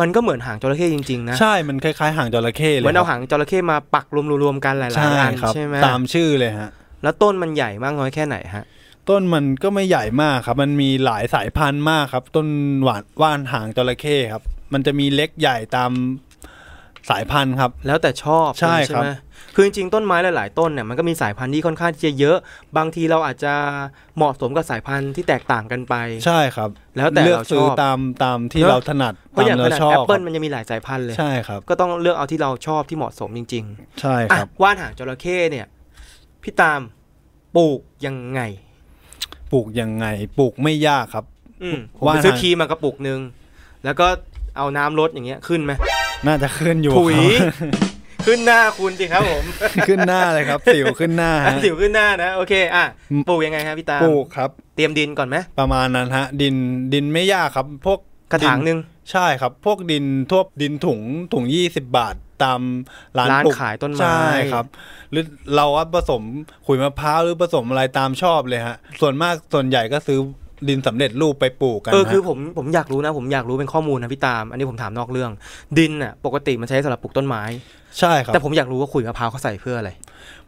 มันก็เหมือนหางจระเข้จริงๆนะ
ใช่มันคล้ายๆหางจระเข้เลย
เหมือนเอา
ครับ
หางจระเข้มาปักรวมๆกันหลาย
ใช่
ๆอัน
ครับ
ใช่ไหม
ตามชื่อเลยฮะ
แล้วต้นมันใหญ่มากน้อยแค่ไหนฮะ
ต้นมันก็ไม่ใหญ่มากครับ มันมีหลายสายพันธุ์มากครับ ต้นหวานว่านหางจระเข้ครับ มันจะมีเล็กใหญ่ตามสายพันธุ์ครับ
แล้วแต่ชอบ
ใช่ครับ
ไหมคือจริงๆต้นไม้หลายๆต้นเนี่ยมันก็มีสายพันธุ์ที่ค่อนข้างที่จะเยอะ บางทีเราอาจจะเหมาะสมกับสายพันธุ์ที่แตกต่างกันไป
ใช่ครับ
แล้วแต่
เลือก
เราช
ซื้อ
อบ
ตามตามที่
เนอะ
เราถนัด
เพราะ
ตา
อย่าง
ม
ข
เรา
นาด
ชอ
แอบ ปเปิลมันยังมีหลายสายพันธุ์เลย
ใช่ครับ
ก็ต้องเลือกเอาที่เราชอบที่เหมาะสมจริง
ใช่
ๆ
ค
อ่ะ
รับ
ว่านหางจระเข้เนี่ยพี่ตามปลูกยังไง
ปลูกยังไงปลูกไม่ยากครับ
อืมผม
ว่า
ไปซื้อ
ทาง
ครีมมากระปุกหนึ่งแล้วก็เอาน้ำรดอย่างเงี้ยขึ้นไหม
น่าจะขึ้นอยู่
ถุย
ครับ
ขึ้นหน้าคุณสิครับผม
ขึ้นหน้าเลยครับสิวขึ้นหน้าฮะ
สิวขึ้นหน้านะโอเคอ่ะ
อืม
ปลูกยังไงครับพี่ตาม
ปลูกครับ
เตรียมดินก่อนไหม
ประมาณนั้นฮะ ดินดินไม่ยากครับ พวก
กระถางหนึ่ง
ใช่ครับ พวกดินทั่วดินถุงถุงยี่สิบบาทตามร้าน
ร้าน
ปลูก
ขายต้นไม้
ใช่ครับ หรือเราว่าผสมขุยมะพร้าวหรือผสมอะไรตามชอบเลยฮะ ส่วนมากส่วนใหญ่ก็ซื้อดินสำเร็จรูปไปปลูกกัน
เออ
ฮะ
คือผมผมอยากรู้นะ ผมอยากรู้เป็นข้อมูลนะพี่ตาม อันนี้ผมถามนอกเรื่อง ดินอ่ะปกติมันใช้สำหรับปลูกต้นไม้
ใช่ครับ
แต่ผมอยากรู้ว่าขุยมะพร้าวเขาใส่เพื่ออะไร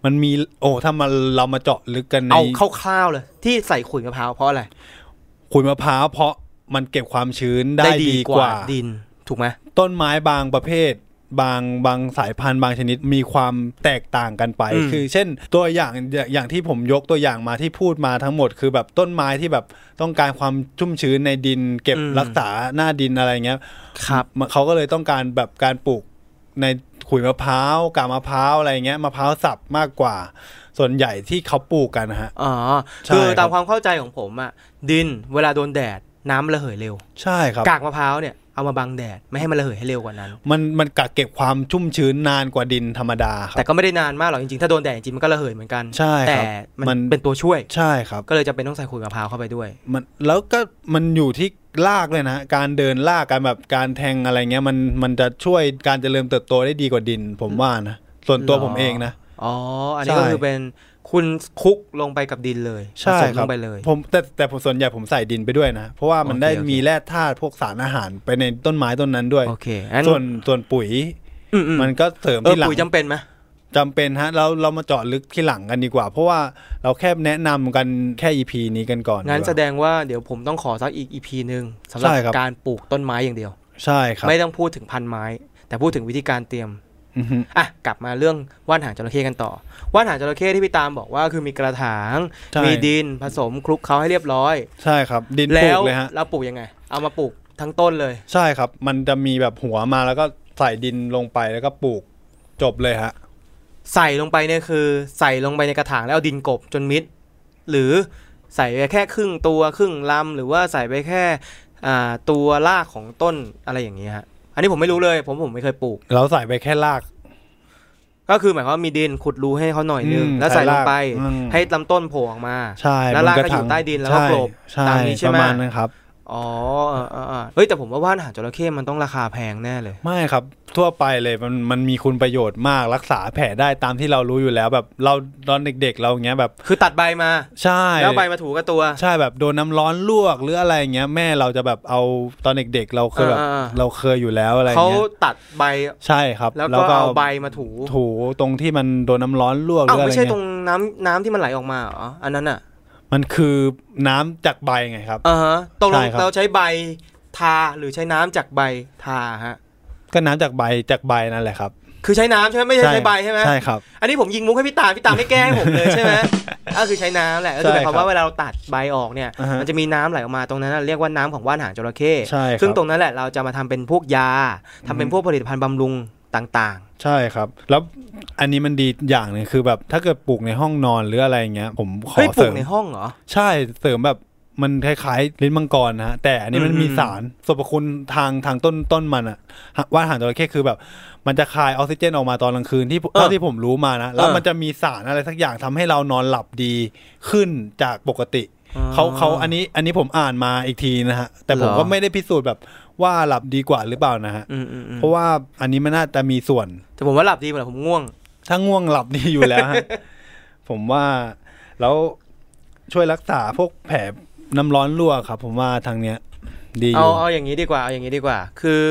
มันมีโอ้ถ้ามันเรามาเจาะลึกกันใน
เอาคร่าวๆเลย ที่ใส่ขุยมะพร้าวเพราะอะไร
ขุยมะพร้าวเพราะมันเก็บความชื้นได้ดีกว่า
ดินถูกไหม
ต้นไม้บางประเภท บางบางสายพันธุ์บางชนิดมีความแตกต่างกันไป คือ เช่น ตัวอย่างอย่างอย่างที่ผมยกตัวอย่างมาที่พูดมาทั้งหมด คือแบบต้นไม้ที่แบบต้องการความชุ่มชื้นในดิน เก็บรักษาหน้าดินอะไรเงี้ย
ครับ
มันเขาก็เลยต้องการแบบการปลูกในขุยมะพร้าวกาบมะพร้าวอะไรเงี้ยมะพร้าวสับมากกว่า ส่วนใหญ่ที่เขาปลูกกันนะฮะ
อ๋อ
ใช่
คือ
ครั
ตาม
บ
ความเข้าใจของผมอ่ะดินเวลาโดนแดดน้ำระเหยเร็ว
ใช่ครับ
กากมะพร้าวเนี่ยเอามาบังแดดไม่ให้มันระเหยให้เร็วกว่านั้น
มันมันกักเก็บความชุ่มชื้นนานกว่าดินธรรมดาครับ
แต่ก็ไม่ได้นานมากหรอกจริงๆ ถ้าโดนแดดจริงๆมันก็ระเหยเหมือนกัน
ใช่ครับ
แต่
มั
มัน
น
เป็นตัวช่วย
ใช่ครับ
ก็เลยจำเป็นต้องใส่ขุยมะพร้าวเข้าไปด้วย
มันแล้วก็มันอยู่ที่ลากเลยนะ การเดินลากการแบบการแทงอะไรเงี้ยมันมันจะช่วยการเจริญเติบโตได้ดีกว่าดิน ผมว่านะ ส่วนตัว
หรอ
ผมเองนะ
อ๋อ อันนี้ก็
ใช่
คือเป็นคุณคลุกลงไปกับดินเลย
ใช่
ผสม
ค
ล
รับ
งไปเลย
ผมแต่แต่ผมส่วนใหญ่ผมใส่ดินไปด้วยนะ เพราะว่ามัน
โอเค
ได้
โอเค
มีแร่ธาตุพวกสารอาหารไปในต้นไม้ต้นนั้นด้วย
โอเคงั้น
ส่วนส่วนปุ๋ย
อืมๆ
มันก็เสริม
เออ
ที่หลัง
ปุ๋ยจำเป็นไหม
จำเป็นฮะเราเรามาเจาะลึกที่หลังกันดีกว่า เพราะว่าเราแค่แนะนำกันแค่ EP นี้กันก่อน
งั้น
ก
แส
ว่า
ดงว่าเดี๋ยวผมต้องขอสักอีกอีพีหนึ่งสำหรับ
ใช่ครับ
การปลูกต้นไม้อย่างเดียว
ใช่ครับ
ไม่ต้องพูดถึงพันไม้ แต่พูดถึงวิธีการเตรียม
อือฮึ
อ่ะกลับมาเรื่องว่านหางจระเข้กันต่อ ว่านหางจระเข้ที่พี่ตามบอกว่าคือมีกระถาง
ใช่
มีดินผสมคลุกเคล้าให้เรียบร้อย
ใช่ครับ ดินปลู
แล้
ก
ว
เลยฮะ
เราปลูกยังไง เอามาปลูกทั้งต้นเลย
ใช่ครับ มันจะมีแบบหัวมาแล้วก็ใส่ดินลงไปแล้วก็ปลูกจบเลยฮะ
ใส่ลงไปเนี่ยคือ ใส่ลงไปในกระถางแล้วเอาดินกลบจนมิด หรือใส่ไปแค่ครึ่งตัวครึ่งลำหรือว่าใส่ไปแค่อ่าตัวรากของต้นอะไรอย่างเงี้ยฮะอันนี้ผมไม่รู้เลย ผมผมไม่เคยปลูก
เราใส่ไปแค่ราก
ก็คือหมายความว่ามีดินขุดรูให้เขาหน่อยนึง
อืม
แล้วใส่ลงไป
ใส่รากอืม
ให้ลำต้นโผล่ออกมา
ใช่
แล้วราก
บน
ก็อยู่ใต้ดินแล้วก็
ใช่
กลบ
ใช่
ตามนี้ใช่
ป
ไหม
ระมาณนั้นครับ
อ๋อเออเออเออเฮ้ยแต่ผมว่าว่านหางจระเข้มันต้องราคาแพงแน่เลย
ไม่ครับ ทั่วไปเลยมันมันมีคุณประโยชน์มากรักษาแผลได้ตามที่เรารู้อยู่แล้วแบบเราตอนเด็กๆ เราอย่างเงี้ยแบบ
คือตัดใบมา
ใช่
แล้วใบมาถูกับตัว
ใช่แบบโดนน้ำร้อนลวกหรืออะไรอย่างเงี้ยแม่เราจะแบบเอาตอนเด็กๆ เราเคยแบบ
อ่าๆ
เราเคยอยู่แล้วอะไรอย่า
เขา
งเงี้ย
ตัดใบ
ใช่ครับ
แล้วก็เอาใบมาถู
ถูตรงที่มันโดนน้ำร้อนลวกห
อ้า
รือ
ว
อะไร
ไม่ใช่
เงี้
ตรง
ย
น้ำน้ำที่มันไหลออกมาเหรออันนั้นอ่ะ
มันคือน้ำจากใบไงครับ
อ่าฮะตรง
ใช่ครับ
เราใช้ใบทาหรือใช้น้ำจากใบทาฮะ
ก็น้ำจากใบจากใบนั่นแหละครับ
คือใช้น้ำใช่ไหมไม่ใช่ใช้ใบใช่ไหม
ใช่ครับ
อันนี้ผมยิงมุกให้พี่ตาพี่ตาไม่แก้ให้ผมเลย ใช่ไหมก็คือใช้น้ำแหละก็คือหมายความว่าเวลาเราตัดใบออกเนี่ย
อ่าฮะ
มันจะมีน้ำไหลออกมาตรงนั้นนะเรียกว่าน้ำของว่านหางจระเข้
ใช่ครับ
ซึ่งตรงนั้นแหละเราจะมาทำเป็นพวกยาทำเป็นพวกผลิตภัณฑ์บำรุงต่าง
ใช่ครับ แล้วอันนี้มันดีอย่างหนึงคือแบบถ้าเกิดปลูกในห้องนอนหรืออะไรอย่างเงี้ย ผมข
ๆ
อ
เฮ้ยป
เส
ลู
ริ
ก
ม
ในห้องเหรอ
ใช่เสริมแบบมันคล้ายๆลิ้นมังกรนะฮะแต่อันนี้มันมี
อืม
สารสรรพคุณทางทางต้นต้นมันอะว่านหางจระเข้คือแบบ มันจะคายออกซิเจนออกมาตอนกลางคืนที่เท่าที่ผมรู้มานะแล้วมันจะมีสารอะไรสักอย่างทำให้เรานอนหลับดีขึ้นจากปกติ เขาเขาอันนี้อันนี้ผมอ่านมาอีกทีนะฮะ แต่ผม
เหรอ
ก็ไม่ได้พิสูจน์แบบว่าหลับดีกว่าหรือเปล่านะฮะ
อืมอืมอืม
เพราะว่าอันนี้มันน่าจะมีส่วน
แต่ผมว่าหลับดีหมดเลยผมง่วง
ถ้าง่วงหลับดีอยู่แล้วฮะ ผมว่าแล้วช่วยรักษาพวกแผลน้ำร้อนลวกครับ ผมว่าทางเนี้ย ดีอ
เอา
ยู่
เอาอย่างนี้ดีกว่าเอาอย่างนี้ดีกว่า คือ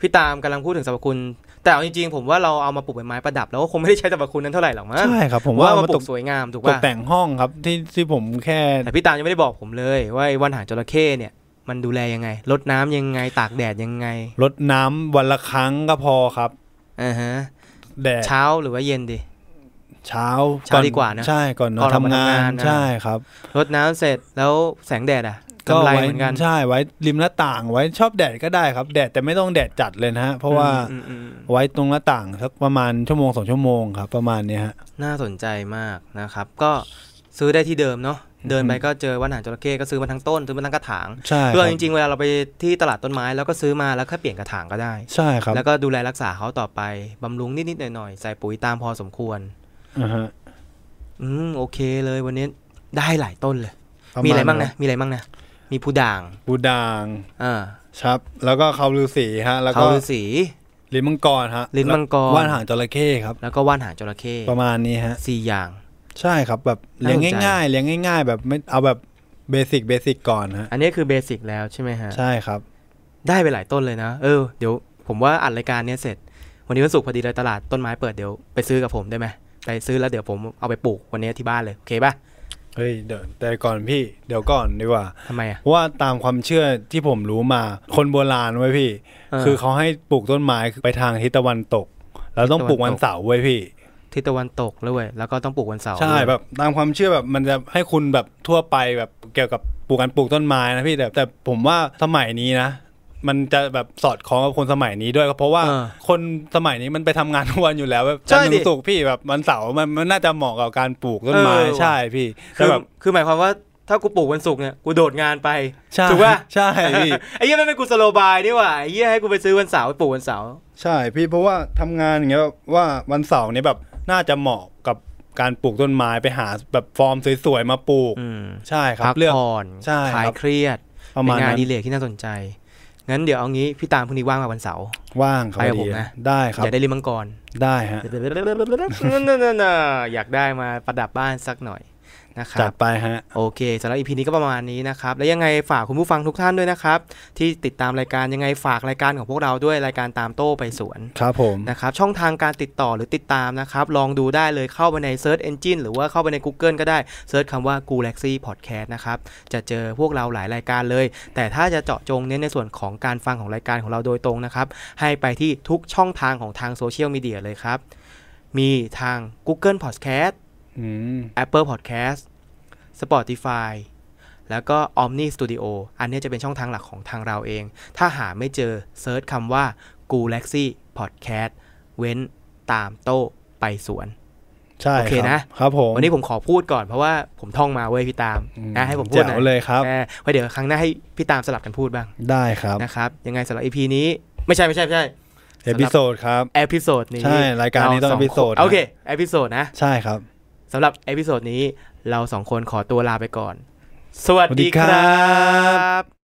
พี่ตามกำลังพูดถึงสรรพคุณ แต่เอาจริงๆผมว่าเราเอามาปลูกเป็นไม้ประดับแล้วก็คงไม่ได้ใช้สรรพคุณนั้นเท่าไหร่หรอกมั้ง
ใช่ครับ ผ
ผม ม
ว่า
ว่า
เอา
มา
มา
ป
ต
ลู
ก
กสวยงามถูก
ตก
ป่ะ
แต่งห้องครับที่ที่ผมแค่
แต่พี่ตามยังไม่ได้บอกผมเลยว่าไอ้วันหางจระเข้เนี่ยมันดูแลยังไงลดน้ำยังไงตากแดดยังไง
รดน้ำวันละครั้งก็พอครับ
อ่าฮะ
แดด
เช้าหรือว่าเย็นดิ
เช้า
เช้าดีกว่านะ
ใช่ก่อนนอ
ก่อน นออกมา
ทำงา
ทำงาน
น
นะ
ใช่ครับ
รดน้ำเสร็จแล้วแสงแดดอ่ะกำไร
ไว้
เหมือนกัน
ใช่ไว้ริมหน้าต่างไว้ชอบแดดก็ได้ครับ แดดแต่ไม่ต้องแดดจัดเลยนะฮะเพราะว่า
อืมอืมอืม
ไว้ตรงหน้าต่างสักประมาณชั่วโมงสองชั่วโมงครับ ประมาณเนี้ยฮะ
น่าสนใจมากนะครับ ก็ซื้อได้ที่เดิมเนาะเดินไปก็เจอวันหางจระเข้ก็ซื้อมาทั้งต้นซื้อมาทั้งกระถาง
ใช่
คือ
ค
เอา
รับ
จริงๆเวลาเราไปที่ตลาดต้นไม้แล้วก็ซื้อมาแล้วแค่เปลี่ยนกระถางก็ได้
ใช่ครับ
แล้วก็ดูแลรักษาเขาต่อไปบำรุงนิดๆหน่อยๆใส่ปุ๋ยตามพอสมควร
อ่าฮะ
อืมโอเคเลยวันนี้ได้หลายต้นเลย
ป
มีอะไรบ้าง
ณ
นะมีอะไรบ้างนะมีผู้ด่าง
บูดาง
อ่า
ครับ แล้วก็เขาลือสีฮะ แล้ว
เขา
ก็
ฤาษี
ลิ้นมังกรฮะ
ลิ้นมังกร
ว่านหางจระเข้ครับ
แล้วก็ว่านหางจระเข้
ประมาณนี้ฮะ
สี่อย่าง
ใช่ครับแบบเลี้ยง
น่าสนใจ
ง่ายๆเลี้ยงง่าย ๆ แบบไม่เอาแบบเบสิกเบสิกก่อนฮะ
อันนี้คือเบสิกแล้วใช่ไหมฮะ
ใช่ครับ
ได้ไปหลายต้นเลยนะ เออ เดี๋ยวผมว่าอัดรายการเนี้ยเสร็จ วันนี้วันศุกร์พอดีเลยตลาดต้นไม้เปิดเดี๋ยวไปซื้อกับผมได้ไหมไปซื้อแล้วเดี๋ยวผมเอาไปปลูกวันนี้ที่บ้านเลยโอเคป่ะ
เฮ้ยเดี๋ยวแต่ก่อนพี่เดี๋ยวก่อนดีกว่า
ทำไมอ่ะ
เพราะว่าตามความเชื่อที่ผมรู้มา คนโบราณไว้ยพี่ คือเขาให้ปลูกต้นไม้ไปทางทิศตะวันตก แล้วต้องปลูกวันเสาร์ไว้ยพี่
ทิศตะวันตกแล้วเว้ยแล้วก็ต้องปลูกวันเสาร์
ใช่
ด้วย
แบบตามความเชื่อแบบมันจะให้คุณแบบทั่วไปแบบเกี่ยวกับปลูกการปลูกต้นไม้นะพี่แต่แต่ผมว่าสมัยนี้นะ มันจะแบบสอดคล้องกับคนสมัยนี้ด้วยก็เพราะว่า
เออ
คนสมัยนี้มันไปทำงานทุกวันอยู่แล้วแบบ
ใช่
จันทร์
ดิ
ถึงศุกร์พี่แบบวันเสาร์มันมันน่าจะเหมาะกับการปลูกต้นไม้
เออว่ะ
ใช่พี่
คื
แต่
อ
แบบ
คือหมายความว่าถ้ากูปลูกวันศุกร์เนี่ยกูโดดงานไป
ใช่
ถูกป่ะ
ใช่พี่
ไอ้เหี้ยไม่เป็นกูสโลบายนี่หว่าไอ้เหี้ยให้กูไปซื้อวันเสาร์ไปปลูกวันเสาร์
ใช่พี่เพราะว่าทำงานอย่างเงี้ยแบบว่าวันเสาร์เนี้แบบน่าจะเหมาะกับการปลูกต้นไม้ไปหาแบบฟอร์มสวยๆมาปลูก
อืม
ใช่ครับ
พัก
เลือก
ผ่อน
ใช่ครับ
คลายเครียด
ประ
เป็
มาน ณ
งาน
นั้
อน ดีเลยที่น่าสนใจงั้นเดี๋ยวเอางี้พี่ตามพรุ่งนี้ว่างมาวันเสาร์
ว่างครับ
ไปกับ
พอดี
ผมนะ
ได้ครับ
จะได้ริมมังกร
ได้ฮะ
อยากได้มาประดับบ้านสักหน่อยนะค
จั
รั
ด
บ
ไปฮะ
โอเคสำหรับอีพีนี้ก็ประมาณนี้นะครับ และยังไงฝากคุณผู้ฟังทุกท่านด้วยนะครับ ที่ติดตามรายการยังไงฝากรายการของพวกเราด้วยรายการตามโต้ไปสวน
ครับผม
นะครับ ช่องทางการติดต่อหรือติดตามนะครับ ลองดูได้เลยเข้าไปใน Search Engine หรือว่าเข้าไปใน Google ก็ได้เซิร์ชคำว่า g u l a x y Podcast นะครับ จะเจอพวกเราหลายรายการเลย แต่ถ้าจะเจาะจงเน้นในส่วนของการฟังของรายการของเราโดยตรงนะครับ ให้ไปที่ทุกช่องทางของทางโซเชียลมีเดียเลยครับ มีทาง Google Podcast
อืม
Apple Podcast Spotify แล้วก็ Omni Studio อันเนี้ยจะเป็นช่องทางหลักของทางเราเอง ถ้าหาไม่เจอเซิร์ชคำว่า g u l a x y Podcast เว้นตามโต้ไปสวน
ใช่
โอเค
ครับ
นะ
ครับผม
วันนี้ผมขอพูดก่อนเพราะว่าผมท่องมาเว้ยพี่ตาม
อื
นะให้ผมพูดห
แจ๋
นะ
วเลยครับ
ไว้เดี๋ยวครั้งหน้าให้พี่ตามสลับกันพูดบ้าง
ได้ครับ
นะครับ ยังไงสำหรับ EP นี้ไม่ใช่ไม่ใช่ไม่ใช่
เอพิโซดครับ
เอพิโซดนี้
ใช่รายการนี้ต้อง
สค
เอพิโซดนะ
โอเคเอพิโซดนะ
ใช่ครับ
สำหรับเอพิโซดนี้เราสองคนขอตัวลาไปก่อน สวัส
ส
ดี
วัสดี
ค
ครั
รับ